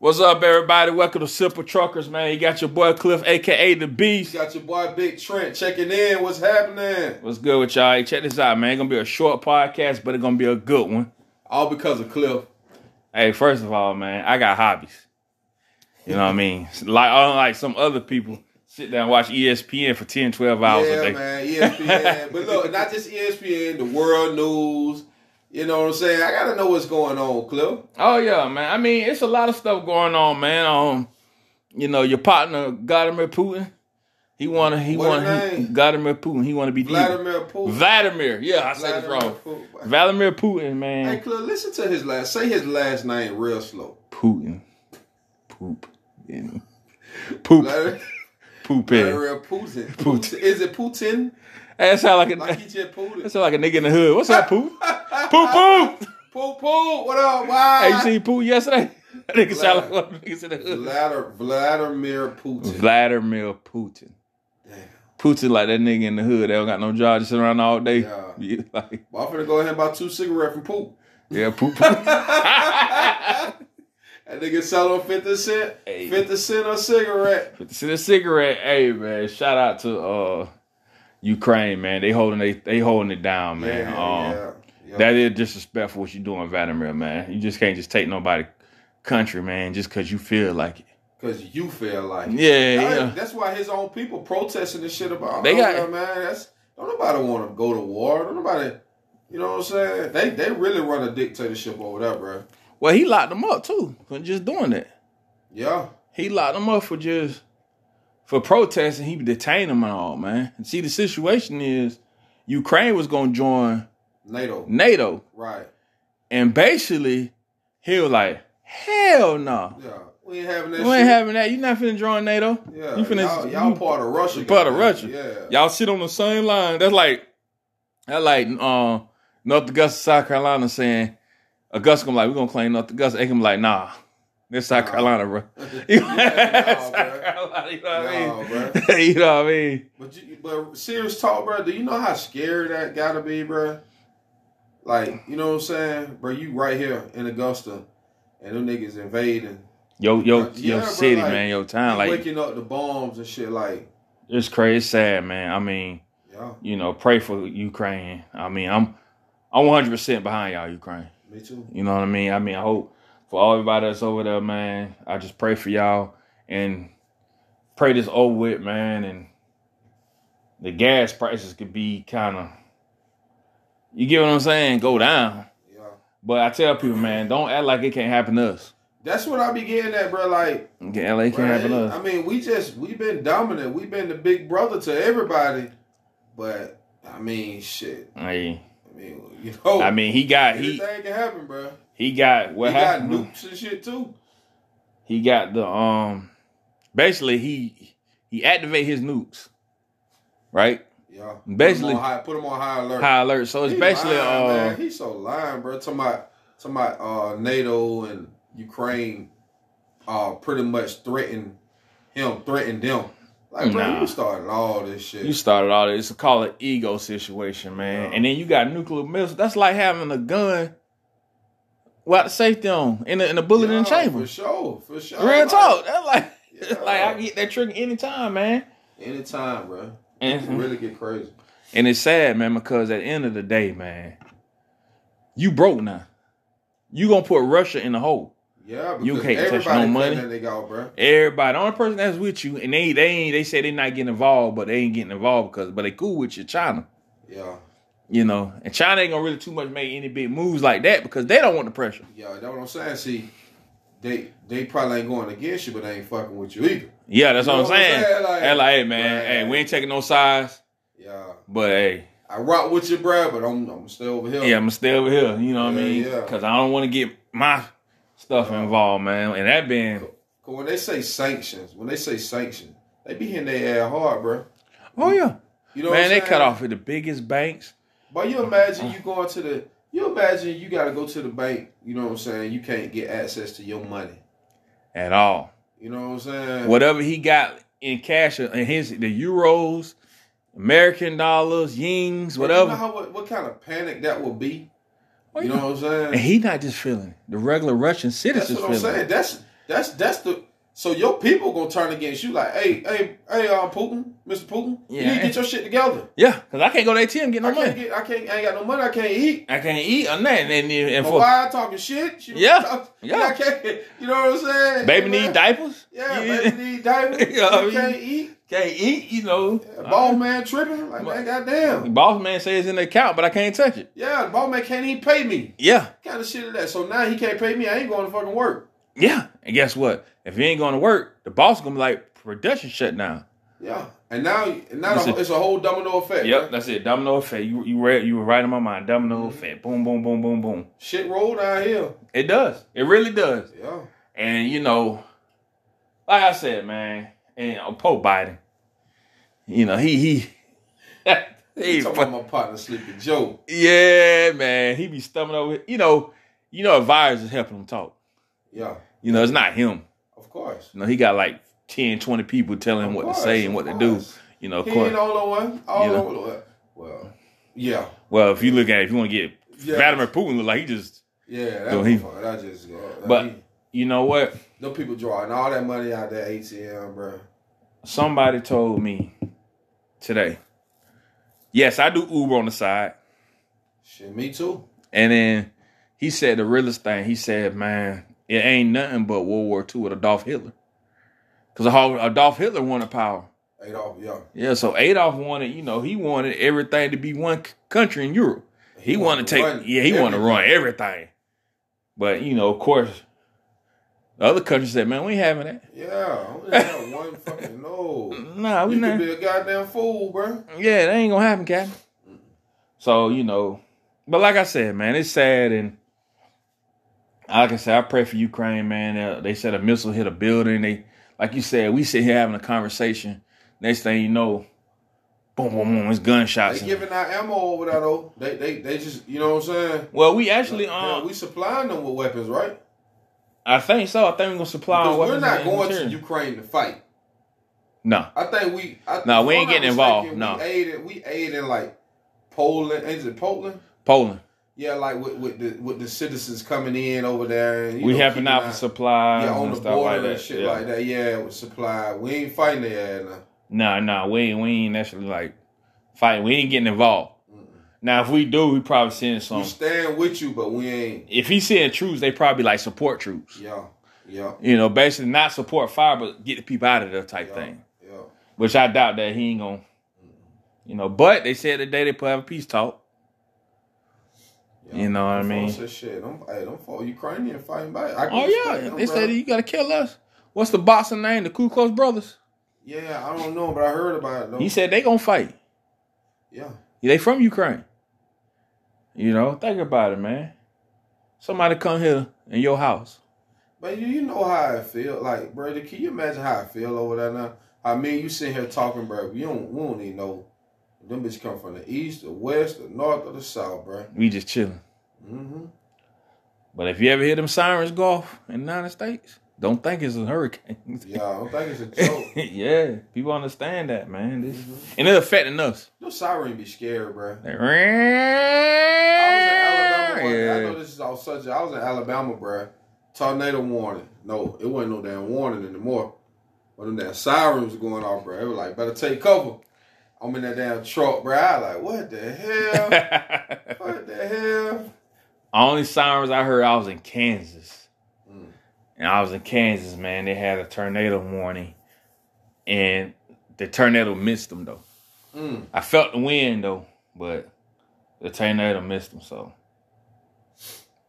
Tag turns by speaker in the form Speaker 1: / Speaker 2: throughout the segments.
Speaker 1: What's up, everybody? Welcome to Simple Truckers, man. You got your boy Cliff, aka the Beast.
Speaker 2: Got your boy Big Trent checking in. What's happening?
Speaker 1: What's good with y'all? Hey, check this out, man. It's gonna be a short podcast, but it's gonna be a good one.
Speaker 2: All because of Cliff.
Speaker 1: Hey, first of all, man, I got hobbies. You know what I mean? Like unlike some other people, sit down and watch E ESPN for 10, 12 hours a
Speaker 2: yeah,
Speaker 1: day.
Speaker 2: man. E ESPN. but look, not just E ESPN, the world news. You know what I'm saying? I gotta know what's going on, Cliff.
Speaker 1: Oh yeah, man. I mean, it's a lot of stuff going on, man. Um, you know, your partner Vladimir Putin. He wanna he
Speaker 2: What
Speaker 1: wanna
Speaker 2: his
Speaker 1: he,
Speaker 2: name?
Speaker 1: Vladimir Putin. He wanna be the-
Speaker 2: Vladimir Putin.
Speaker 1: Vladimir. Yeah, I said it
Speaker 2: Vladimir
Speaker 1: wrong.
Speaker 2: Putin.
Speaker 1: Vladimir Putin, man.
Speaker 2: Hey, Cliff, listen to his last. Say his last name real slow.
Speaker 1: Putin. Poop. Yeah. Poop.
Speaker 2: Vladimir
Speaker 1: Poop in.
Speaker 2: Vladimir Putin. Putin. Is it Putin?
Speaker 1: That sound like a
Speaker 2: Like he just pulled
Speaker 1: that
Speaker 2: it.
Speaker 1: sound like a nigga in the hood. What's up, Poop? poop poop.
Speaker 2: Poo poo. What up?
Speaker 1: Hey, you
Speaker 2: Why?
Speaker 1: see Poop yesterday? That nigga sound like one of the niggas in the hood.
Speaker 2: Vladimir, Vladimir Putin.
Speaker 1: Vladimir Putin.
Speaker 2: Damn.
Speaker 1: Putin like that nigga in the hood. They don't got no job, just sitting around all day.
Speaker 2: Yeah.
Speaker 1: Yeah, like,
Speaker 2: Well, I'm finna go ahead and buy two cigarettes from Poop.
Speaker 1: yeah poop poop.
Speaker 2: That nigga sell on 50 cent,
Speaker 1: Hey.
Speaker 2: 50 cent a cigarette.
Speaker 1: See the cigarette. Hey man, shout out to uh Ukraine, man. They holding they they holding it down, man. um,
Speaker 2: yeah.
Speaker 1: That is disrespectful what you doing, Vladimir, man. You just can't just take nobody country, man, just cause you feel like it.
Speaker 2: Cause you feel like it.
Speaker 1: Yeah,
Speaker 2: Hey,
Speaker 1: yeah.
Speaker 2: That's why his own people protesting this shit about.
Speaker 1: They
Speaker 2: They
Speaker 1: got-
Speaker 2: man. That's don't nobody want to go to war. Don't nobody. You know what I'm saying? They they really run a dictatorship over there, bro.
Speaker 1: Well, he locked them up too for just doing that.
Speaker 2: Yeah,
Speaker 1: He locked them up for just for protesting. He detained them and all, man. And see, the situation is Ukraine was gonna join
Speaker 2: NATO.
Speaker 1: NATO,
Speaker 2: Right.
Speaker 1: and basically he was like, "Hell no,
Speaker 2: Yeah, we ain't having that.
Speaker 1: you
Speaker 2: shit.
Speaker 1: ain't having that. You're not finna join NATO.
Speaker 2: Yeah,
Speaker 1: you finna
Speaker 2: y'all, y'all
Speaker 1: you-
Speaker 2: part of Russia.
Speaker 1: part of
Speaker 2: goddamn.
Speaker 1: Russia.
Speaker 2: Yeah.
Speaker 1: Y'all sit on the same line. That's like that's like um North Augusta, South Carolina saying Augusta gonna be like, we're gonna claim North Augusta. They gonna be like, nah. That's South
Speaker 2: Nah.
Speaker 1: Carolina, bro.
Speaker 2: Yeah,
Speaker 1: South
Speaker 2: nah, bruh.
Speaker 1: Carolina, you know what I mean?
Speaker 2: Nah,
Speaker 1: you know what I mean?
Speaker 2: But you, but serious talk, bro. Do you know how scared that gotta be, bro? Like, you know what I'm saying, bro? You right here in Augusta, and them niggas invading,
Speaker 1: Yo, yo,
Speaker 2: Yeah,
Speaker 1: yo,
Speaker 2: bruh,
Speaker 1: city,
Speaker 2: like,
Speaker 1: man, yo, town,
Speaker 2: You
Speaker 1: like
Speaker 2: waking up the bombs and shit. Like,
Speaker 1: it's crazy, it's sad, man. I mean,
Speaker 2: yeah,
Speaker 1: you know, pray for Ukraine. I mean, I'm, I'm 100 percent behind y'all, Ukraine.
Speaker 2: me too.
Speaker 1: You know what I mean? I mean, I hope for all everybody that's over there, man. I just pray for y'all and pray this over with, man. And the gas prices could be kind of, you get what I'm saying? Go down.
Speaker 2: Yeah,
Speaker 1: But I tell people, man, don't act like it can't happen to us.
Speaker 2: that's what I be getting at, bro. Like,
Speaker 1: Okay, LA can't
Speaker 2: bruh,
Speaker 1: happen to
Speaker 2: I
Speaker 1: us.
Speaker 2: mean, we just we been dominant. we been the big brother to everybody, but I mean, shit.
Speaker 1: I mean,
Speaker 2: I mean, you know,
Speaker 1: I mean, he got he
Speaker 2: anything can happen, bro.
Speaker 1: he got what
Speaker 2: We got
Speaker 1: happened.
Speaker 2: nukes and shit too.
Speaker 1: He got the um, basically he he activate his nukes, right?
Speaker 2: Yeah,
Speaker 1: Basically-
Speaker 2: put them on high, put 'em on high alert.
Speaker 1: High alert. So it's
Speaker 2: He
Speaker 1: basically
Speaker 2: lying,
Speaker 1: uh.
Speaker 2: man. he's so lying, bro. To my to my uh, NATO and Ukraine, uh, pretty much threatened him, threatened them. Like, bro,
Speaker 1: Nah.
Speaker 2: you started all this shit.
Speaker 1: You started all this. It's called an ego situation, man.
Speaker 2: Yeah.
Speaker 1: And then you got nuclear missiles. That's like having a gun without the safety on and a, and a bullet in the
Speaker 2: Yeah,
Speaker 1: chamber.
Speaker 2: for sure, for sure.
Speaker 1: Real
Speaker 2: Like,
Speaker 1: talk. That's like,
Speaker 2: Yeah.
Speaker 1: like I can get that trigger anytime, man.
Speaker 2: Anytime, bro. It
Speaker 1: And,
Speaker 2: really get crazy.
Speaker 1: and it's sad, man, because at the end of the day, man, you broke now. You gonna put Russia in the hole.
Speaker 2: Yeah, because
Speaker 1: You can't touch
Speaker 2: everybody
Speaker 1: no
Speaker 2: cut
Speaker 1: money.
Speaker 2: That nigga out, bro.
Speaker 1: Everybody, the only person that's with you, and they they ain't, they say they not getting involved, but they ain't getting involved because but they cool with you, China.
Speaker 2: Yeah,
Speaker 1: You know, and China ain't gonna really too much make any big moves like that because they don't want the pressure.
Speaker 2: yeah. That's what I'm saying. See, they they probably ain't going against you, but they ain't fucking with you either.
Speaker 1: Yeah, that's
Speaker 2: You
Speaker 1: what I'm
Speaker 2: know what I'm
Speaker 1: saying.
Speaker 2: saying?
Speaker 1: Like,
Speaker 2: Like-
Speaker 1: hey, man,
Speaker 2: Right.
Speaker 1: hey, we ain't taking no sides,
Speaker 2: Yeah,
Speaker 1: but hey,
Speaker 2: I rock with you, bro, but I'm I'm still over here.
Speaker 1: yeah, I'm stay over here. You know what I
Speaker 2: Yeah,
Speaker 1: mean?
Speaker 2: yeah.
Speaker 1: Because I don't want to get my stuff
Speaker 2: Yeah.
Speaker 1: involved, man. And that being,
Speaker 2: Cause when they say sanctions, when they say sanction, they be hitting their ass hard, bro.
Speaker 1: oh yeah,
Speaker 2: You know, what
Speaker 1: man,
Speaker 2: I'm
Speaker 1: they
Speaker 2: saying?
Speaker 1: cut off at the biggest banks.
Speaker 2: But you imagine you going to the, you imagine you got to go to the bank. You know what I'm saying? You can't get access to your money.
Speaker 1: At all,
Speaker 2: You know what I'm saying?
Speaker 1: whatever he got in cash in his the euros, American dollars, yens,
Speaker 2: But you know
Speaker 1: whatever.
Speaker 2: how, what, what kind of panic that would be?
Speaker 1: Oh,
Speaker 2: You
Speaker 1: yeah.
Speaker 2: know what I'm
Speaker 1: And
Speaker 2: saying?
Speaker 1: he not just feeling it. the regular Russian
Speaker 2: That's
Speaker 1: citizens
Speaker 2: what I'm
Speaker 1: feeling. it.
Speaker 2: saying. That's That's that's the so your people gonna turn against you like, hey, hey, hey, uh, Putin, Mr. Putin, you
Speaker 1: Yeah.
Speaker 2: need to get your shit together.
Speaker 1: Yeah, because I can't go to ATM and get no
Speaker 2: I can't
Speaker 1: money.
Speaker 2: get, I can't, I ain't got no money, I can't eat.
Speaker 1: I can't eat or nothing. And, and, and
Speaker 2: My
Speaker 1: for
Speaker 2: wife talking shit. She don't
Speaker 1: Yeah.
Speaker 2: talk-
Speaker 1: Yeah.
Speaker 2: I can't, you know what I'm saying?
Speaker 1: baby
Speaker 2: Hey,
Speaker 1: need
Speaker 2: man.
Speaker 1: diapers.
Speaker 2: Yeah,
Speaker 1: You-
Speaker 2: baby need diapers.
Speaker 1: You know what I
Speaker 2: you
Speaker 1: mean?
Speaker 2: can't eat.
Speaker 1: Can't eat, you know.
Speaker 2: Yeah, bald man tripping like man, goddamn.
Speaker 1: Boss man says it's in the account, but I can't touch it.
Speaker 2: Yeah, the bald man can't even pay me.
Speaker 1: Yeah,
Speaker 2: kind of shit is that? So now he can't pay me. I ain't going to fucking work.
Speaker 1: yeah. And guess what? If he ain't going to work, the boss gonna be like production shut down.
Speaker 2: Yeah, and now and now
Speaker 1: Listen.
Speaker 2: the- it's a whole domino effect.
Speaker 1: Yep,
Speaker 2: man.
Speaker 1: that's it. Domino effect. You you read you were right in my mind. Domino
Speaker 2: Mm-hmm.
Speaker 1: effect. Boom, boom, boom, boom, boom.
Speaker 2: shit rolled out here.
Speaker 1: It does. It really does.
Speaker 2: Yeah,
Speaker 1: And you know, like I said, man, and uh, Pope Biden, you know, he he. he
Speaker 2: you talking about my partner Sleepy Joe.
Speaker 1: yeah, man, he be stumbling over. You know, you know, advisors helping him talk.
Speaker 2: Yeah,
Speaker 1: You know, it's not him.
Speaker 2: of course.
Speaker 1: You know, he got like 10, 20 people telling him
Speaker 2: Of
Speaker 1: what to
Speaker 2: course,
Speaker 1: say and
Speaker 2: of
Speaker 1: what to do.
Speaker 2: course.
Speaker 1: You know, of
Speaker 2: He
Speaker 1: course.
Speaker 2: ain't the only one. All
Speaker 1: You know.
Speaker 2: over the world. Well, yeah,
Speaker 1: well, if you look at it, if you want to get
Speaker 2: Yeah.
Speaker 1: Vladimir Putin, look like he just,
Speaker 2: yeah. That
Speaker 1: So he-
Speaker 2: motherfucker, that just go.
Speaker 1: But-
Speaker 2: he,
Speaker 1: you know what?
Speaker 2: them people drawing all that money out that ATM, bro.
Speaker 1: Somebody told me today. Yes, I do Uber on the side.
Speaker 2: Shit, me too.
Speaker 1: And then he said the realest thing. He said, "Man, it ain't nothing but World War II with Adolf Hitler, because Adolf Hitler wanted power.
Speaker 2: Adolf, yeah.
Speaker 1: Yeah, so Adolf wanted, you know, he wanted everything to be one c- country in Europe. He, wanted to take,
Speaker 2: run
Speaker 1: yeah, he wanted to
Speaker 2: everything.
Speaker 1: run everything. But you know, of course, the other countries said, "Man, we ain't having that.
Speaker 2: Yeah, I only got one fucking no.
Speaker 1: Nah, we
Speaker 2: You
Speaker 1: not.
Speaker 2: could be a goddamn fool, bro.
Speaker 1: Yeah, that ain't gonna happen, Captain. So you know, but like I said, man, it's sad, and like I said, I pray for Ukraine, man. Uh, they said a missile hit a building. They, like you said, we sit here having a conversation. Next thing you know, boom, boom, boom, it's gunshots.
Speaker 2: They giving out ammo over there though. They they they just you know what I'm saying.
Speaker 1: well, we actually,
Speaker 2: Yeah,
Speaker 1: um,
Speaker 2: we supplying them with weapons, right?
Speaker 1: I think so. I think we're gonna supply. our
Speaker 2: Because we're
Speaker 1: weapons
Speaker 2: not
Speaker 1: and
Speaker 2: going
Speaker 1: material.
Speaker 2: to Ukraine to fight.
Speaker 1: No,
Speaker 2: I think we. I,
Speaker 1: No, we
Speaker 2: if
Speaker 1: ain't
Speaker 2: I'm
Speaker 1: getting
Speaker 2: not
Speaker 1: involved, no.
Speaker 2: we aid in, we aid in like Poland. Is it Poland?
Speaker 1: Poland.
Speaker 2: Yeah, like with with the with the citizens coming in over there. And, you
Speaker 1: we
Speaker 2: know,
Speaker 1: helping
Speaker 2: keeping
Speaker 1: out for supplies
Speaker 2: Yeah, on
Speaker 1: and
Speaker 2: the
Speaker 1: stuff
Speaker 2: border
Speaker 1: like that.
Speaker 2: and shit
Speaker 1: yeah.
Speaker 2: like that. Yeah, with supply. We ain't fighting uh, their ass now.
Speaker 1: Nah, nah, we ain't, we ain't actually like fighting. We ain't getting involved. Now, if we do, we probably send some.
Speaker 2: We stand with you, but we ain't.
Speaker 1: If he send troops, they probably like support troops.
Speaker 2: Yeah, yeah,
Speaker 1: You know, basically not support fire, but get the people out of there type
Speaker 2: Yeah.
Speaker 1: thing.
Speaker 2: yeah.
Speaker 1: Which I doubt that he ain't gonna. You know, but they said today they put have a peace talk.
Speaker 2: yeah.
Speaker 1: You know what I
Speaker 2: Them
Speaker 1: mean?
Speaker 2: folks said, Shit, them, hey, them folks Ukrainian fighting back. I
Speaker 1: Oh
Speaker 2: can respect
Speaker 1: yeah,
Speaker 2: them,
Speaker 1: they
Speaker 2: bro.
Speaker 1: said you gotta kill us. What's the boxing name? The Ku Klux Brothers.
Speaker 2: Yeah, I don't know, but I heard about it though.
Speaker 1: He said they gonna fight.
Speaker 2: yeah.
Speaker 1: They from Ukraine. You know, think about it, man. Somebody come here in your house.
Speaker 2: But you, you know how I feel, like, brother. Can you imagine how I feel over there now? I mean, you sitting here talking, bro. You don't, we don't even know. Them bitches come from the east, the west, the north, or the south, bro.
Speaker 1: We just chilling.
Speaker 2: Mm-hmm.
Speaker 1: But if you ever hear them sirens go off in the United States, don't think it's a hurricane.
Speaker 2: Yeah, I don't think it's a joke.
Speaker 1: yeah, people understand that, man. This, And it's affecting us.
Speaker 2: Them siren be scared, bro.
Speaker 1: Like,
Speaker 2: I was in Alabama. one- I
Speaker 1: yeah.
Speaker 2: know this is all such. I was in Alabama, bro. Tornado warning. No, it wasn't no damn warning anymore. But them damn sirens was going off, bro. It was like, better take cover. I'm in that damn truck, bro. I like, what the hell? what the hell?
Speaker 1: Only sirens I heard, I was in Kansas.
Speaker 2: Mm.
Speaker 1: And I was in Kansas, man. They had a tornado warning. And the tornado missed them, though.
Speaker 2: Mm.
Speaker 1: I felt the wind, though, but the tornado missed them, so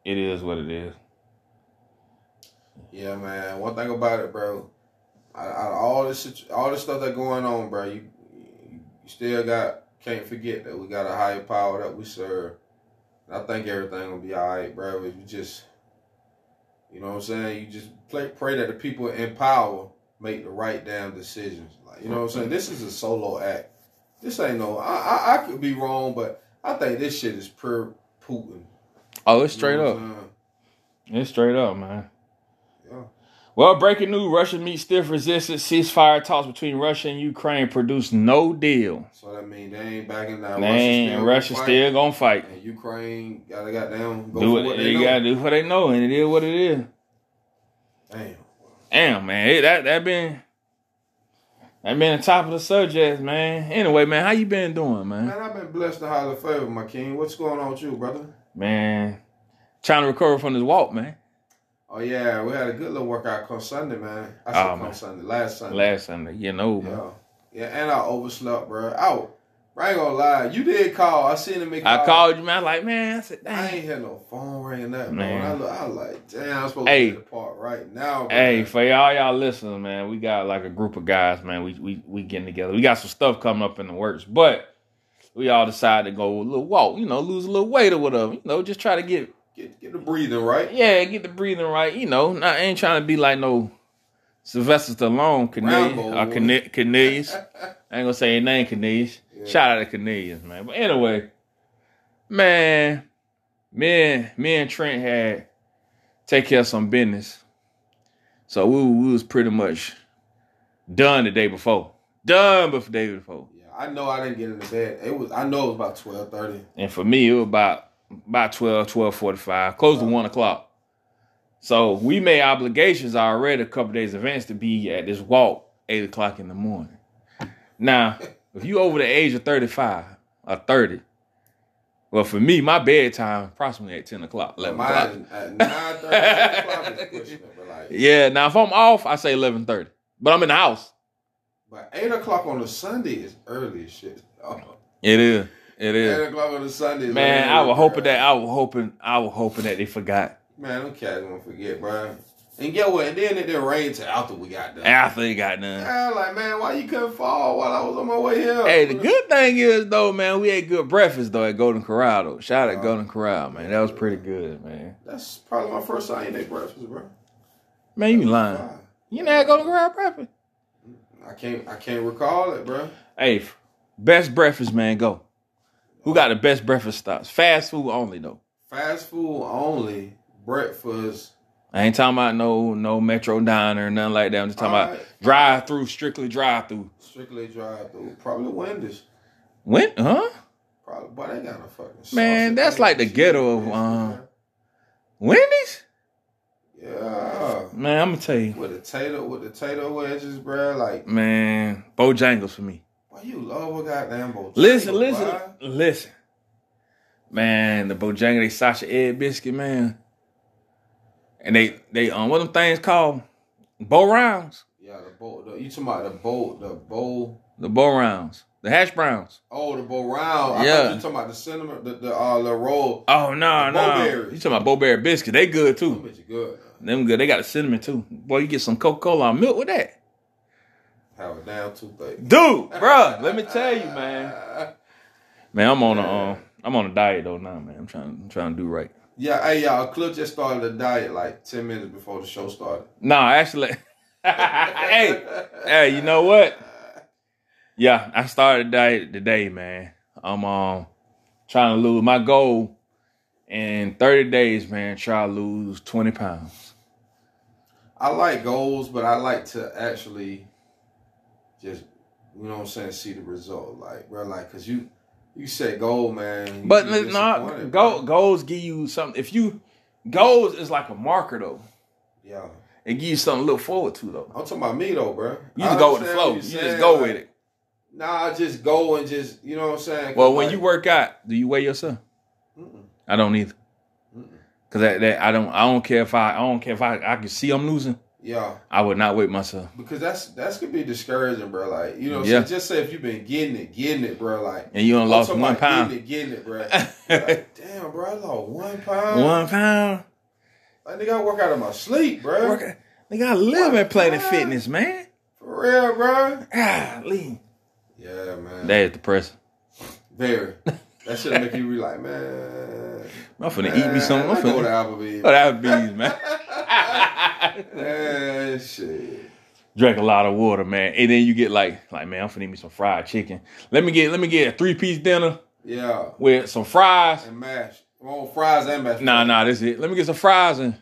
Speaker 1: it is what it is.
Speaker 2: Yeah, man. One thing about it, bro. Out out of all this, situ- all this stuff that going on, bro, you, you still got can't forget that we got a higher power that we serve. And I think everything will be all right, bro. If you just, you know what I'm saying, you just play, pray that the people in power make the right damn decisions. Like you know what I'm saying. This is a solo act. This ain't no. I I, I could be wrong, but I think this shit is pure Putin.
Speaker 1: Oh, it's
Speaker 2: You
Speaker 1: straight
Speaker 2: know what
Speaker 1: up.
Speaker 2: I'm saying?
Speaker 1: It's straight up, man.
Speaker 2: Yeah.
Speaker 1: Well, breaking news Russia meets stiff resistance. Ceasefire talks between Russia and Ukraine produce no deal.
Speaker 2: So that mean they ain't backing down.
Speaker 1: Man, Russia
Speaker 2: fighting.
Speaker 1: still gonna fight.
Speaker 2: And Ukraine gotta goddamn go
Speaker 1: Do
Speaker 2: for
Speaker 1: what,
Speaker 2: what
Speaker 1: they,
Speaker 2: they know.
Speaker 1: gotta do what they know, and it is what it is.
Speaker 2: Damn.
Speaker 1: Damn, man, Hey, that that been that been the top of the subject, man. Anyway, man, how you been doing, man?
Speaker 2: Man, I've been blessed to highly favor, my king. What's going on with you, brother?
Speaker 1: Man, trying to recover from this walk, man.
Speaker 2: Oh yeah, we had a good little workout come Sunday, man. I said
Speaker 1: Oh,
Speaker 2: come
Speaker 1: man.
Speaker 2: Sunday, last Sunday.
Speaker 1: Last Sunday, you know, man.
Speaker 2: yeah, yeah, and I overslept, bro. Out. Bro, I ain't gonna lie, you did call. I seen him make.
Speaker 1: I called you, man. I like, man, I said,
Speaker 2: I
Speaker 1: dang.
Speaker 2: ain't hear no phone ringing nothing, man.
Speaker 1: Man.
Speaker 2: I look, I like, damn, I'm supposed
Speaker 1: Hey.
Speaker 2: to be at the park right now. Bro.
Speaker 1: Hey, for y'all y'all listeners, man, we got like a group of guys, man. We we we getting together. We got some stuff coming up in the works, but we all decided to go a little walk, you know, lose a little weight or whatever, you know, just try to get
Speaker 2: get get the breathing right.
Speaker 1: yeah, get the breathing right, you know. Not ain't trying to be like no Sylvester Stallone, Cornelius,
Speaker 2: Rambo.
Speaker 1: or Corne- Cornelius. I ain't gonna say your name, Cornelius.
Speaker 2: Yeah.
Speaker 1: Shout out to Cornelius, man. But anyway, man, me and, me and Trent had take care of some business. So we, we was pretty much done the day before. Done before the day before.
Speaker 2: Yeah, I know I didn't get into bed. It was I know it was about twelve thirty.
Speaker 1: And for me, it was about about 12, 12.45, close to 1 o'clock. So we made obligations already a couple days advance to be at this walk 8 o'clock in the morning. Now, if you over the age of 35 or 30, well, for me, my bedtime approximately at 10 o'clock, 11 o'clock.
Speaker 2: Mine at nine thirty o'clock is pushing it, but like
Speaker 1: Yeah, now if I'm off, I say 11.30. But I'm in the house.
Speaker 2: but eight o'clock on a Sunday is early as shit. Oh,
Speaker 1: It is. It
Speaker 2: Eight
Speaker 1: is.
Speaker 2: o'clock on a Sunday is
Speaker 1: Man,
Speaker 2: early,
Speaker 1: I was hoping
Speaker 2: bro.
Speaker 1: that I was hoping I was hoping that they forgot.
Speaker 2: Man, them cats gonna forget, bro. And get what? And then it didn't rain till after we got done.
Speaker 1: After they got done.
Speaker 2: Yeah, like man, why you couldn't fall while I was on my way here?
Speaker 1: Hey, the good thing is though, man, we ate good breakfast though at Golden Corral. Though. Shout out to Golden Corral, man. That was pretty good, man.
Speaker 2: That's probably my first time eating breakfast, bro.
Speaker 1: Man, you lying?
Speaker 2: Why?
Speaker 1: You never had Golden Corral breakfast?
Speaker 2: I can't, I can't recall it, bro.
Speaker 1: Hey, f- best breakfast, man. Go. Who got the best breakfast stops? Fast food only though.
Speaker 2: Fast food only, breakfast.
Speaker 1: I ain't talking about no no Metro Diner or nothing like that. I'm just talking about
Speaker 2: Alright.
Speaker 1: drive through, strictly drive through.
Speaker 2: Strictly drive through. Probably Wendy's.
Speaker 1: When? Huh?
Speaker 2: Probably, but they got a fucking
Speaker 1: Man,
Speaker 2: sausage
Speaker 1: that's
Speaker 2: and
Speaker 1: like the
Speaker 2: cheese
Speaker 1: ghetto of,
Speaker 2: biscuit,
Speaker 1: um,
Speaker 2: man.
Speaker 1: Wendy's?
Speaker 2: Yeah,
Speaker 1: Man, I'm gonna tell you,
Speaker 2: with the tater, with the tater wedges, bro. Like,
Speaker 1: man, Bojangles for me.
Speaker 2: why you love a goddamn bowl?
Speaker 1: Listen,
Speaker 2: Why?
Speaker 1: listen, listen. Man, the Bojangles, they Sasha Ed biscuit, man. And they they um what them things called? Bow rounds.
Speaker 2: Yeah, the bowl. The, you talking about the bowl? The bowl?
Speaker 1: The bow rounds. The hash browns.
Speaker 2: Oh, the bowl round. I
Speaker 1: Yeah.
Speaker 2: thought you talking about the cinnamon, the the uh, the roll.
Speaker 1: Oh no,
Speaker 2: The
Speaker 1: no.
Speaker 2: Bowberry.
Speaker 1: You talking about Bowberry biscuit. They good
Speaker 2: Them
Speaker 1: too.
Speaker 2: bitches good.
Speaker 1: Them good. They got the cinnamon too. Boy, you get some Coca-Cola and milk with that.
Speaker 2: Have a damn toothache.
Speaker 1: Dude, bruh, let me tell you, man. Man, I'm on a
Speaker 2: Yeah.
Speaker 1: um, I'm on a diet though now, man. I'm trying I'm trying to do right.
Speaker 2: Yeah, hey y'all, Cliff just started a diet like ten minutes before the show started.
Speaker 1: Nah, actually Hey, hey, you know what? Yeah, I started a diet today, man. I'm um trying to lose my goal in 30 days, man. Try to lose 20 pounds.
Speaker 2: I like goals, but I like to actually just you know what I'm saying, see the result. Like, bro, like cause you you set goal, man. you
Speaker 1: But
Speaker 2: be
Speaker 1: let's not
Speaker 2: disappointed,
Speaker 1: goal,
Speaker 2: bro.
Speaker 1: goals give you something. If you goals is like a marker though,
Speaker 2: Yeah.
Speaker 1: it gives you something to look forward to though.
Speaker 2: I'm talking about me though, bro.
Speaker 1: You just go with the flow. You just go with it.
Speaker 2: Nah, I just go and just you know what I'm saying.
Speaker 1: Well, when you work out, do you weigh yourself?
Speaker 2: Mm-mm.
Speaker 1: I don't either.
Speaker 2: Mm-mm.
Speaker 1: Cause that, that I don't I don't care if I I don't care if I I can see I'm losing.
Speaker 2: yeah,
Speaker 1: I would not weigh myself.
Speaker 2: because that's that's gonna be discouraging, bro. Like you know,
Speaker 1: Yeah.
Speaker 2: so just say if you've been getting it, getting it, bro. Like
Speaker 1: And you done
Speaker 2: I'm
Speaker 1: lost
Speaker 2: talking
Speaker 1: one pound.
Speaker 2: about Getting it, getting it, bro. Like, damn, bro, I lost one pound.
Speaker 1: One pound.
Speaker 2: I think I work out of my sleep, bro.
Speaker 1: Work- They got to live at Planet
Speaker 2: Wow.
Speaker 1: Fitness, man.
Speaker 2: For real, bro.
Speaker 1: Golly.
Speaker 2: Yeah, man.
Speaker 1: That is depressing.
Speaker 2: Very. That should make you be like, man.
Speaker 1: I'm finna eat me something.
Speaker 2: man,
Speaker 1: I'm
Speaker 2: I go to
Speaker 1: finna.
Speaker 2: Applebee's.
Speaker 1: Oh, that would be easy, man.
Speaker 2: Man, shit.
Speaker 1: Drink a lot of water, man, and then you get like, like, man, I'm finna eat me some fried chicken. Let me get, let me get a three piece dinner
Speaker 2: Yeah.
Speaker 1: with some fries.
Speaker 2: And mash. Well, fries and mash.
Speaker 1: Nah, nah, that's it. Let me get some fries and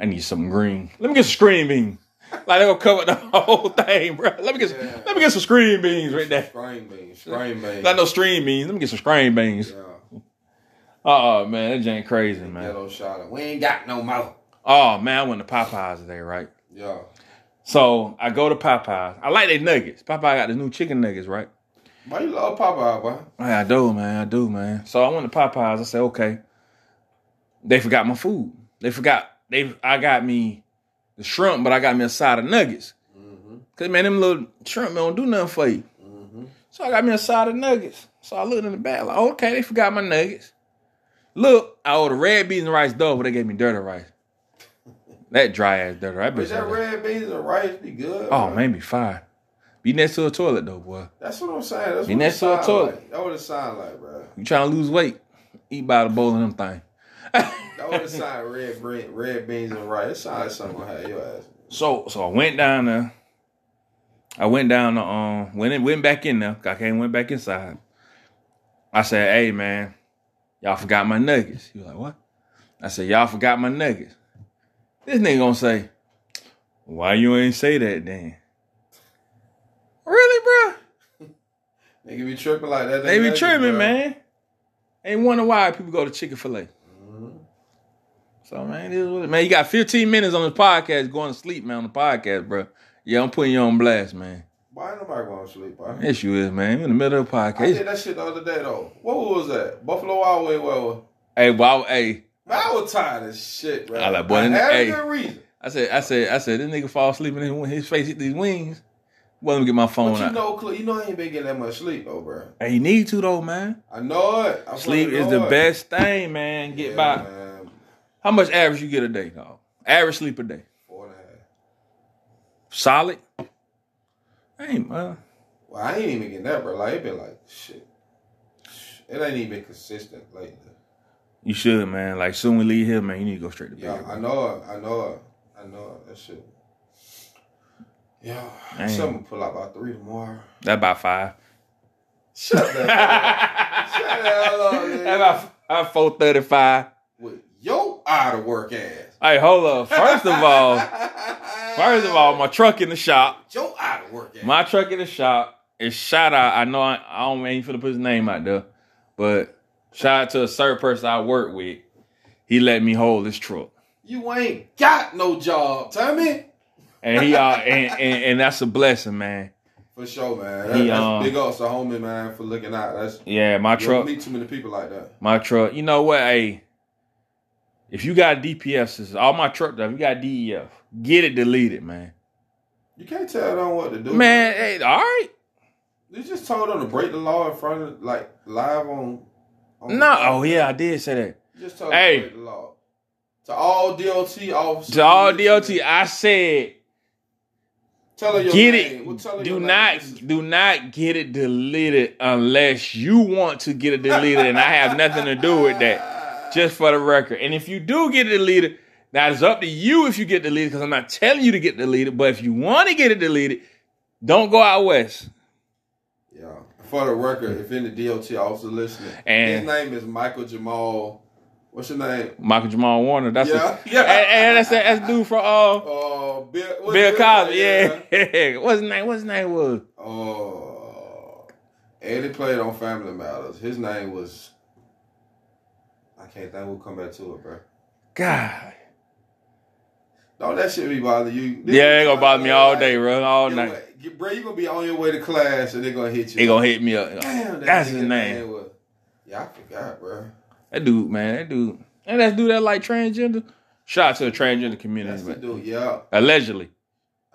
Speaker 1: I need some green. Let me get some green beans. Like they gonna cover the whole thing, bro. Let me get, some,
Speaker 2: Yeah.
Speaker 1: let me get some green beans right there.
Speaker 2: Strain beans. Strain beans.
Speaker 1: Not no stream beans. Let me get some strain beans.
Speaker 2: Yeah.
Speaker 1: Oh man, that ain't crazy, man.
Speaker 2: Yellow shot. We ain't got no mouth.
Speaker 1: Oh man, I went to Popeyes today, right?
Speaker 2: Yeah.
Speaker 1: So I go to Popeyes. I like their nuggets. Popeye got the new chicken nuggets, right?
Speaker 2: Why you love Popeye, boy?
Speaker 1: Yeah, I do, man. I do, man. So I went to Popeyes. I said, okay. They forgot my food. They forgot. They I got me the shrimp, but I got me a side of nuggets.
Speaker 2: Mm-hmm.
Speaker 1: Cause man, them little shrimp man don't do nothing for you.
Speaker 2: Mm-hmm.
Speaker 1: So I got me a side of nuggets. So I looked in the bag, like, okay, they forgot my nuggets. Look, I ordered red beans and rice dough, but they gave me dirty rice. That dry ass dirty rice.
Speaker 2: But that
Speaker 1: bitch-
Speaker 2: red beans and rice be good.
Speaker 1: Oh
Speaker 2: bruh.
Speaker 1: man, be fine. Be next to a toilet though, boy.
Speaker 2: That's what I'm saying. That's
Speaker 1: Be
Speaker 2: what
Speaker 1: next
Speaker 2: it
Speaker 1: to a
Speaker 2: sound
Speaker 1: toilet.
Speaker 2: Like. That what it sound like, bro.
Speaker 1: You trying to lose weight? Eat by the bowl of them thing.
Speaker 2: That what it sound red bre- red beans and rice. It sound like something gonna have your ass.
Speaker 1: So so I went down there. I went down the um went in, went back in there. 'cause I came went back inside. I said, "Hey man, y'all forgot my nuggets." He was like, "What?" I said, "Y'all forgot my nuggets." This nigga gonna say, "Why you ain't say that then?" Really, bruh?
Speaker 2: Nigga be tripping like that.
Speaker 1: They be
Speaker 2: nugget,
Speaker 1: tripping,
Speaker 2: bruh.
Speaker 1: man. Ain't wonder why people go to Chicken Fil A.
Speaker 2: Mhm.
Speaker 1: So man, it is what it, man. You got 15 minutes on this podcast going to sleep, man. On the podcast, bruh. Yeah, I'm putting you on blast, man.
Speaker 2: Why ain't nobody gonna sleep, boy?
Speaker 1: Issue is, man, we in the middle of the
Speaker 2: I did
Speaker 1: podcast.
Speaker 2: that shit the other day though. What was that? Buffalo Wild Wing. What was?
Speaker 1: Hey, well, I, hey,
Speaker 2: Man, I was tired as shit, bro.
Speaker 1: I like, boy,
Speaker 2: I
Speaker 1: then-
Speaker 2: had
Speaker 1: hey.
Speaker 2: a good reason.
Speaker 1: I said, I said, I said, this nigga fall asleep and his, his face hit these wings. Well, let me get my phone
Speaker 2: But you
Speaker 1: out.
Speaker 2: know, Cle- you know, I ain't been getting that much sleep though, bro.
Speaker 1: hey, you need to though, man.
Speaker 2: I know it. I
Speaker 1: Sleep
Speaker 2: fucking
Speaker 1: is
Speaker 2: know
Speaker 1: the
Speaker 2: it.
Speaker 1: best thing, man. Get
Speaker 2: Yeah,
Speaker 1: by.
Speaker 2: Man.
Speaker 1: How much average you get a day, dog? Average sleep a day,
Speaker 2: Four and a half.
Speaker 1: solid. Hey, man.
Speaker 2: Well, I ain't even getting that, bro. Like it been like shit. It ain't even been consistent lately.
Speaker 1: You should, man. Like soon we leave here, man. You need to go straight to bed.
Speaker 2: Yeah, I
Speaker 1: bro.
Speaker 2: know it. I know it. I know it. That shit. Yeah,
Speaker 1: Damn.
Speaker 2: so I'm gonna pull out by three tomorrow.
Speaker 1: That about five.
Speaker 2: Shut the hell up. Shut the hell up, nigga.
Speaker 1: That about about four thirty-five.
Speaker 2: With your out of work ass.
Speaker 1: Hey, hold up. First of all, first of all, my truck in the shop.
Speaker 2: your out of work ass.
Speaker 1: My truck in the shop is shout out. I know I, I don't ain't finna put his name out there, but shout out to a certain person I work with. He let me hold his truck,
Speaker 2: you ain't got no job, Tommy.
Speaker 1: and he uh, and, and and that's a blessing, man.
Speaker 2: For sure, man. That,
Speaker 1: He,
Speaker 2: that's
Speaker 1: um,
Speaker 2: big ups to homie, man, for looking out. That's
Speaker 1: Yeah, my
Speaker 2: you don't
Speaker 1: truck,
Speaker 2: meet too many people like that.
Speaker 1: my truck. You know what? Hey, if you got DPS, this is all my truck stuff. You got DEF, get it deleted, man.
Speaker 2: You can't tell them what to do.
Speaker 1: Man, hey, all right.
Speaker 2: You just told them to break the law in front of, like, live on. on
Speaker 1: No, oh yeah, I did say that.
Speaker 2: You just told them
Speaker 1: Hey.
Speaker 2: to break the law. To all DOT officers.
Speaker 1: To all DOT, I said
Speaker 2: Tell her your
Speaker 1: get
Speaker 2: name. We'll tell her
Speaker 1: it. Do
Speaker 2: your name.
Speaker 1: not
Speaker 2: This is-
Speaker 1: do not get it deleted unless you want to get it deleted, and I have nothing to do with that.
Speaker 2: Ah.
Speaker 1: Just for the record, and if you do get it deleted, that is up to you if you get deleted, because I'm not telling you to get deleted. But if you want to get it deleted, don't go out west.
Speaker 2: Yeah. For the record, if any DOT officer listening,
Speaker 1: And-
Speaker 2: his name is Michael Jamal. What's your name?
Speaker 1: Michael Jamal Warner. That's
Speaker 2: yeah.
Speaker 1: a,
Speaker 2: yeah.
Speaker 1: and, and that's a, that's dude for uh,
Speaker 2: Uh, Bill, what's
Speaker 1: Bill
Speaker 2: his
Speaker 1: Cosby.
Speaker 2: name?
Speaker 1: Yeah, what's his name? What's his name was?
Speaker 2: Oh, Eddie played on Family Matters. His name was. I can't think. We'll come back to it, bro.
Speaker 1: God.
Speaker 2: Don't that shit be bother you.
Speaker 1: Yeah, it gonna bother me all day, bro. All
Speaker 2: You-
Speaker 1: night.
Speaker 2: you- Bro, you gonna be on your way to class and they gonna hit you.
Speaker 1: It gonna hit me up.
Speaker 2: Damn, that
Speaker 1: That's
Speaker 2: nigga
Speaker 1: his name.
Speaker 2: was- yeah, I forgot, bro.
Speaker 1: That dude, man, that dude, and that dude that like transgender. Shout out to the transgender community,
Speaker 2: That's the
Speaker 1: but
Speaker 2: dude. Yeah,
Speaker 1: allegedly.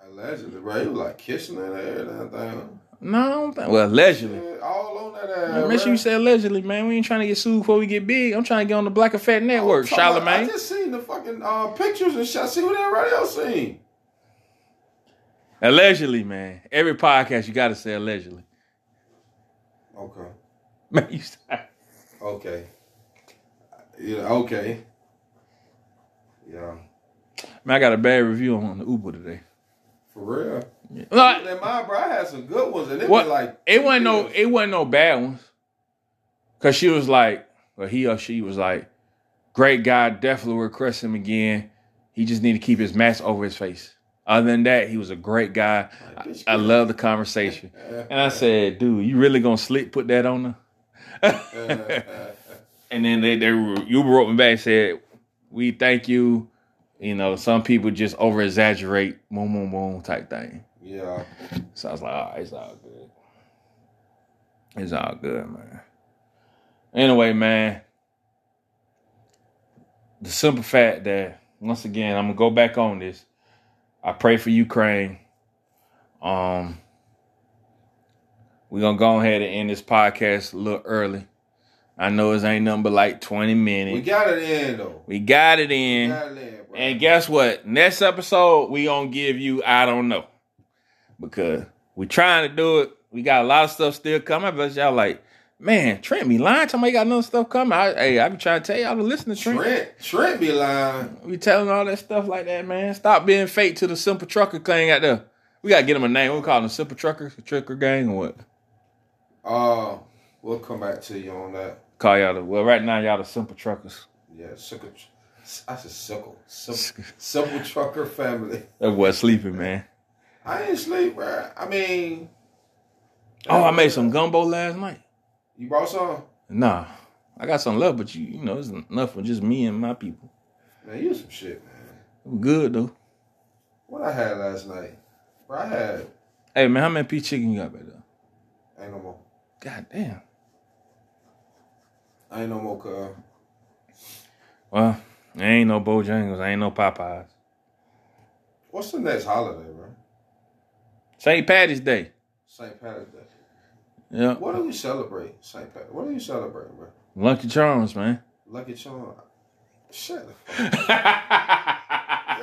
Speaker 2: allegedly, bro. He was like kissing that ass and everything.
Speaker 1: No, I don't think. Well, allegedly.
Speaker 2: Yeah, all on that ass.
Speaker 1: Man, make sure
Speaker 2: bro.
Speaker 1: you say allegedly, man. We ain't trying to get sued before we get big. I'm trying to get on the Black and Fat Network,
Speaker 2: Talking Oh, about- I
Speaker 1: Charlemagne.
Speaker 2: just seen the fucking uh, pictures and shit. I see what everybody else seen.
Speaker 1: Allegedly, man. Every podcast you got to say allegedly.
Speaker 2: Okay.
Speaker 1: Man, you stop.
Speaker 2: Okay. Yeah, okay. Yeah.
Speaker 1: man, I got a bad review on the Uber today.
Speaker 2: For real.
Speaker 1: Yeah. Like,
Speaker 2: That mine, bro, I had some good ones and it
Speaker 1: What?
Speaker 2: was like
Speaker 1: it wasn't no, it wasn't no bad ones. Cause she was like, or he or she was like, great guy, definitely will request him again. He just need to keep his mask over his face. Other than that, he was a great guy. I, I love the conversation. And I said, dude, you really gonna slick put that on her? and then they, they re- you wrote me back and said, we thank you. You know, some people just over exaggerate, boom, boom, boom type thing.
Speaker 2: Yeah.
Speaker 1: So I was like, all right, it's all good. It's all good, man. Anyway, man, the simple fact that, once again, I'm going to go back on this. I pray for Ukraine. Um, we're going to go ahead and end this podcast a little early. I know it ain't nothing but like 20 minutes.
Speaker 2: We got it in though.
Speaker 1: We got it
Speaker 2: We
Speaker 1: in.
Speaker 2: got it in, bro.
Speaker 1: And guess what? Next episode, we gonna give you I don't know. Because we trying to do it. We got a lot of stuff still coming. But y'all like, man, Trent be lying. Tell me you got another stuff coming. I, hey, I be trying to tell y'all to listen to Trent.
Speaker 2: Trent, Trent be lying.
Speaker 1: We telling all that stuff like that, man. Stop being fake to the simple trucker thing out there. We gotta get him a name. We call him simple trucker, trucker gang, or what?
Speaker 2: Uh, we'll come back to you on that.
Speaker 1: Call y'all the well. Right now, y'all the simple truckers.
Speaker 2: Yeah, sucker. I said suckle. Simple, simple trucker family.
Speaker 1: That boy sleeping, man.
Speaker 2: I ain't sleep, bro. I mean.
Speaker 1: Oh, I made some gumbo last night.
Speaker 2: You brought some?
Speaker 1: Nah, I got some love, but you you know it's enough for just me and my people.
Speaker 2: Man, you some shit, man.
Speaker 1: I'm good though.
Speaker 2: What I had last night? Bro, I had.
Speaker 1: Hey man, how many piece chicken you got back there?
Speaker 2: Ain't no more.
Speaker 1: God damn.
Speaker 2: Ain't no more, cuz.
Speaker 1: Well, there ain't no Bojangles, there ain't no Popeyes.
Speaker 2: What's the next holiday, bro?
Speaker 1: St. Patty's Day.
Speaker 2: St. Patrick's Day.
Speaker 1: Yeah,
Speaker 2: What do we celebrate, St. Patrick? What do you celebrate, bro?
Speaker 1: Lucky Charms, man.
Speaker 2: Lucky Charm. Shut the fuck
Speaker 1: St.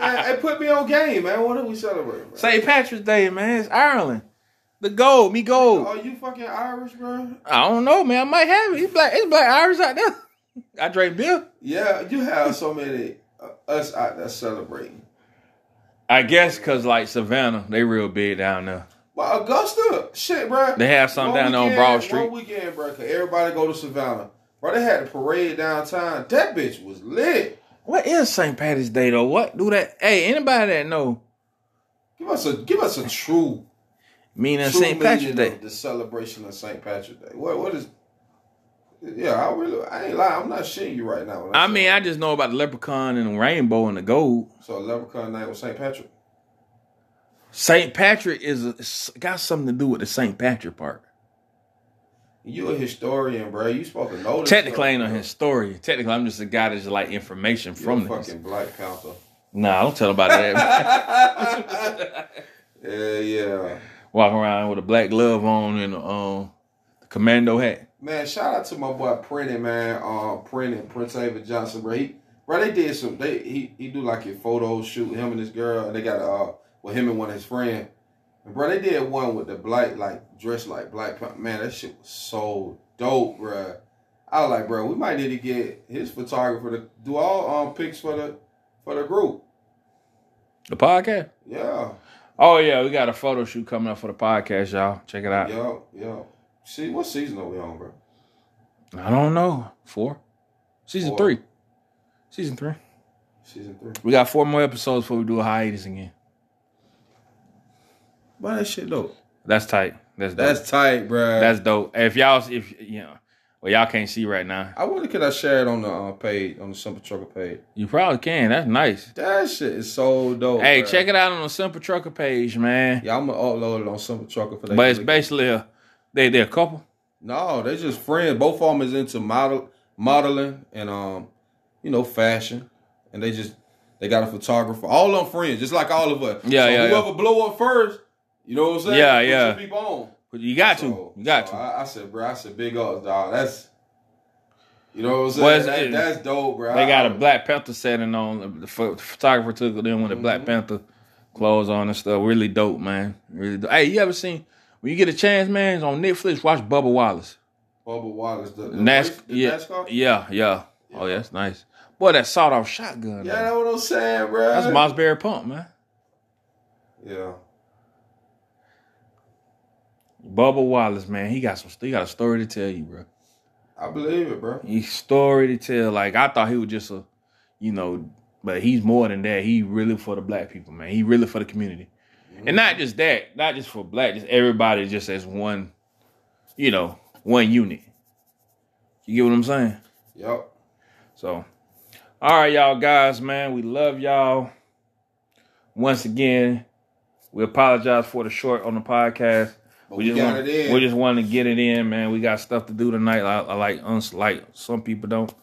Speaker 2: Hey, hey, put me on game, man. What do we celebrate, bro?
Speaker 1: Patrick's Day, man. It's Ireland. The gold, me gold.
Speaker 2: Are you fucking Irish, bro?
Speaker 1: I don't know, man. I might have it. It's black. It's black Irish out there. I drink beer.
Speaker 2: Yeah, you have so many uh, us out there celebrating.
Speaker 1: I guess cause like Savannah, they real big down there.
Speaker 2: But Augusta, shit, bro.
Speaker 1: They have some down there on Broad Street.
Speaker 2: One weekend, bro, 'cause everybody go to Savannah. Bro, they had a parade downtown. That bitch was lit.
Speaker 1: What is St. Patty's Day though? What do that? Hey, anybody that know
Speaker 2: Give us a give us a true,
Speaker 1: meaning
Speaker 2: true
Speaker 1: St. Patrick's
Speaker 2: meaning
Speaker 1: Day?
Speaker 2: of the celebration of St. Patrick's Day. What what is? Yeah, I really I ain't lying. I'm not shitting you right now. when
Speaker 1: I
Speaker 2: say
Speaker 1: mean, I
Speaker 2: that.
Speaker 1: just know about the leprechaun and the rainbow and the gold.
Speaker 2: so Leprechaun night with St. Patrick.
Speaker 1: St. Patrick is it's got something to do with the St. Patrick part.
Speaker 2: You a historian, bro. You supposed to know this.
Speaker 1: Technically,
Speaker 2: stuff,
Speaker 1: I ain't a
Speaker 2: bro.
Speaker 1: historian. Technically, I'm just a guy that's like information
Speaker 2: You're
Speaker 1: from
Speaker 2: a
Speaker 1: this.
Speaker 2: fucking Black Panther.
Speaker 1: Nah, don't tell about that.
Speaker 2: Yeah, yeah.
Speaker 1: Walking around with a black glove on and a um, commando hat.
Speaker 2: Man, shout out to my boy Prinny, man. Uh, Prinny, Prince David Johnson, bro. He, bro, they did some. They he he do like a photo shoot him and this girl, and they got uh with him and one of his friend. And bro, they did one with the black like dressed like black Pan- man. That shit was so dope, bro. I was like, bro, we might need to get his photographer to do all um pics for the for the group.
Speaker 1: The podcast.
Speaker 2: Yeah,
Speaker 1: Oh yeah, we got a photo shoot coming up for the podcast, y'all. Check it out.
Speaker 2: yeah, yeah. See, what season are we on, bro?
Speaker 1: I don't know. Four, season
Speaker 2: Four.
Speaker 1: three, season three.
Speaker 2: Season three.
Speaker 1: We got four more episodes before we do a hiatus again.
Speaker 2: But that shit dope.
Speaker 1: That's tight. That's dope.
Speaker 2: That's tight, bro.
Speaker 1: That's dope. If y'all, if you know, well, y'all can't see right now.
Speaker 2: I wonder could I share it on the uh, page on the Simple Trucker page.
Speaker 1: You probably can. That's nice.
Speaker 2: That shit is so dope.
Speaker 1: Hey, check it out on the Simple Trucker page, man.
Speaker 2: Yeah, I'm gonna upload it on Simple Trucker for that.
Speaker 1: But it's basically a they they a couple.
Speaker 2: no, they just friends. Both of them is into model modeling and um, you know, fashion, and they just they got a photographer. All them friends, just like all of us.
Speaker 1: Yeah,
Speaker 2: so
Speaker 1: yeah, yeah.
Speaker 2: Whoever blow up first, you know what I'm saying?
Speaker 1: Yeah,
Speaker 2: Put
Speaker 1: yeah.
Speaker 2: your people on.
Speaker 1: But you got
Speaker 2: So-
Speaker 1: to, you got
Speaker 2: so
Speaker 1: to.
Speaker 2: I, I said, bro, I said, big ups, dog. That's you know what I'm saying.
Speaker 1: Well, it's-
Speaker 2: That-
Speaker 1: it-
Speaker 2: that's dope, bro.
Speaker 1: They got a Black Panther setting on. The pho- the photographer took it in with the
Speaker 2: Mm-hmm.
Speaker 1: Black Panther clothes on and stuff. Really dope, man. Really. Dope. Hey, you ever seen when you get a chance, man? it's on Netflix, watch Bubba Wallace.
Speaker 2: Bubba Wallace, the, the,
Speaker 1: Nas-
Speaker 2: race- the
Speaker 1: yeah,
Speaker 2: NASCAR.
Speaker 1: yeah, yeah. Oh, yeah, that's nice. Boy, that sawed off shotgun.
Speaker 2: Yeah,
Speaker 1: though.
Speaker 2: that's what I'm saying, bro.
Speaker 1: That's Mosberry Pump, man.
Speaker 2: Yeah.
Speaker 1: Bubba Wallace, man, he got some. He got a story to tell you, bro.
Speaker 2: I believe it, bro.
Speaker 1: He story to tell. Like I thought he was just a, you know, but he's more than that. He really for the black people, man. He really for the community, and not just that, not just for black, just everybody, just as one, you know, one unit. You get what I'm saying?
Speaker 2: Yep.
Speaker 1: So, All right, y'all guys, man. We love y'all. Once again, we apologize for the short on the podcast.
Speaker 2: But
Speaker 1: we,
Speaker 2: we,
Speaker 1: just
Speaker 2: got
Speaker 1: want,
Speaker 2: it in.
Speaker 1: we just wanted to get it in, man. We got stuff to do tonight. I, I like uns like some people don't.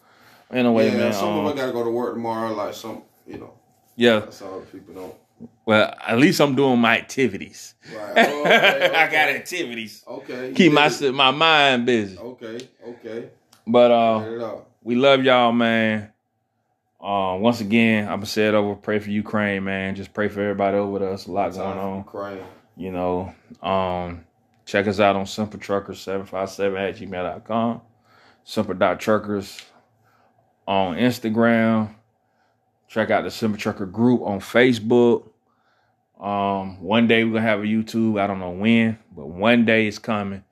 Speaker 1: Anyway,
Speaker 2: yeah,
Speaker 1: man.
Speaker 2: some
Speaker 1: um,
Speaker 2: of us gotta go to work tomorrow. Like some, you know,
Speaker 1: yeah.
Speaker 2: that's all people don't.
Speaker 1: Well, at least I'm doing my activities.
Speaker 2: Right. Oh, okay,
Speaker 1: I got
Speaker 2: okay.
Speaker 1: activities.
Speaker 2: Okay. you
Speaker 1: Keep my
Speaker 2: did it.
Speaker 1: my mind busy.
Speaker 2: Okay. Okay.
Speaker 1: But
Speaker 2: Oh.
Speaker 1: uh,
Speaker 2: Get it out.
Speaker 1: we love y'all, man. Uh, once again, I'm gonna say it over. Pray for Ukraine, man. Just pray for everybody over there. It's a lot going on.
Speaker 2: Ukraine.
Speaker 1: You know, um, check us out on Simple Truckers 757 at gmail.com, Simple.truckers on Instagram. Check out the Simple Trucker group on Facebook. Um, one day we're gonna have a YouTube. I don't know when, but one day it's coming.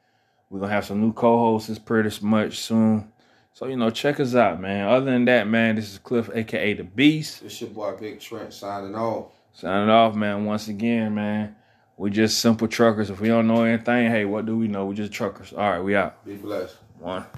Speaker 1: We're gonna have some new co-hosts It's pretty much soon. So you know, check us out, man. Other than that, man, this is Cliff, aka the Beast.
Speaker 2: This your boy Big Trent signing off.
Speaker 1: Signing off, man. Once again, man. We just simple truckers. If we don't know anything, hey, what do we know? We just truckers. All right, we out.
Speaker 2: Be blessed.
Speaker 1: One.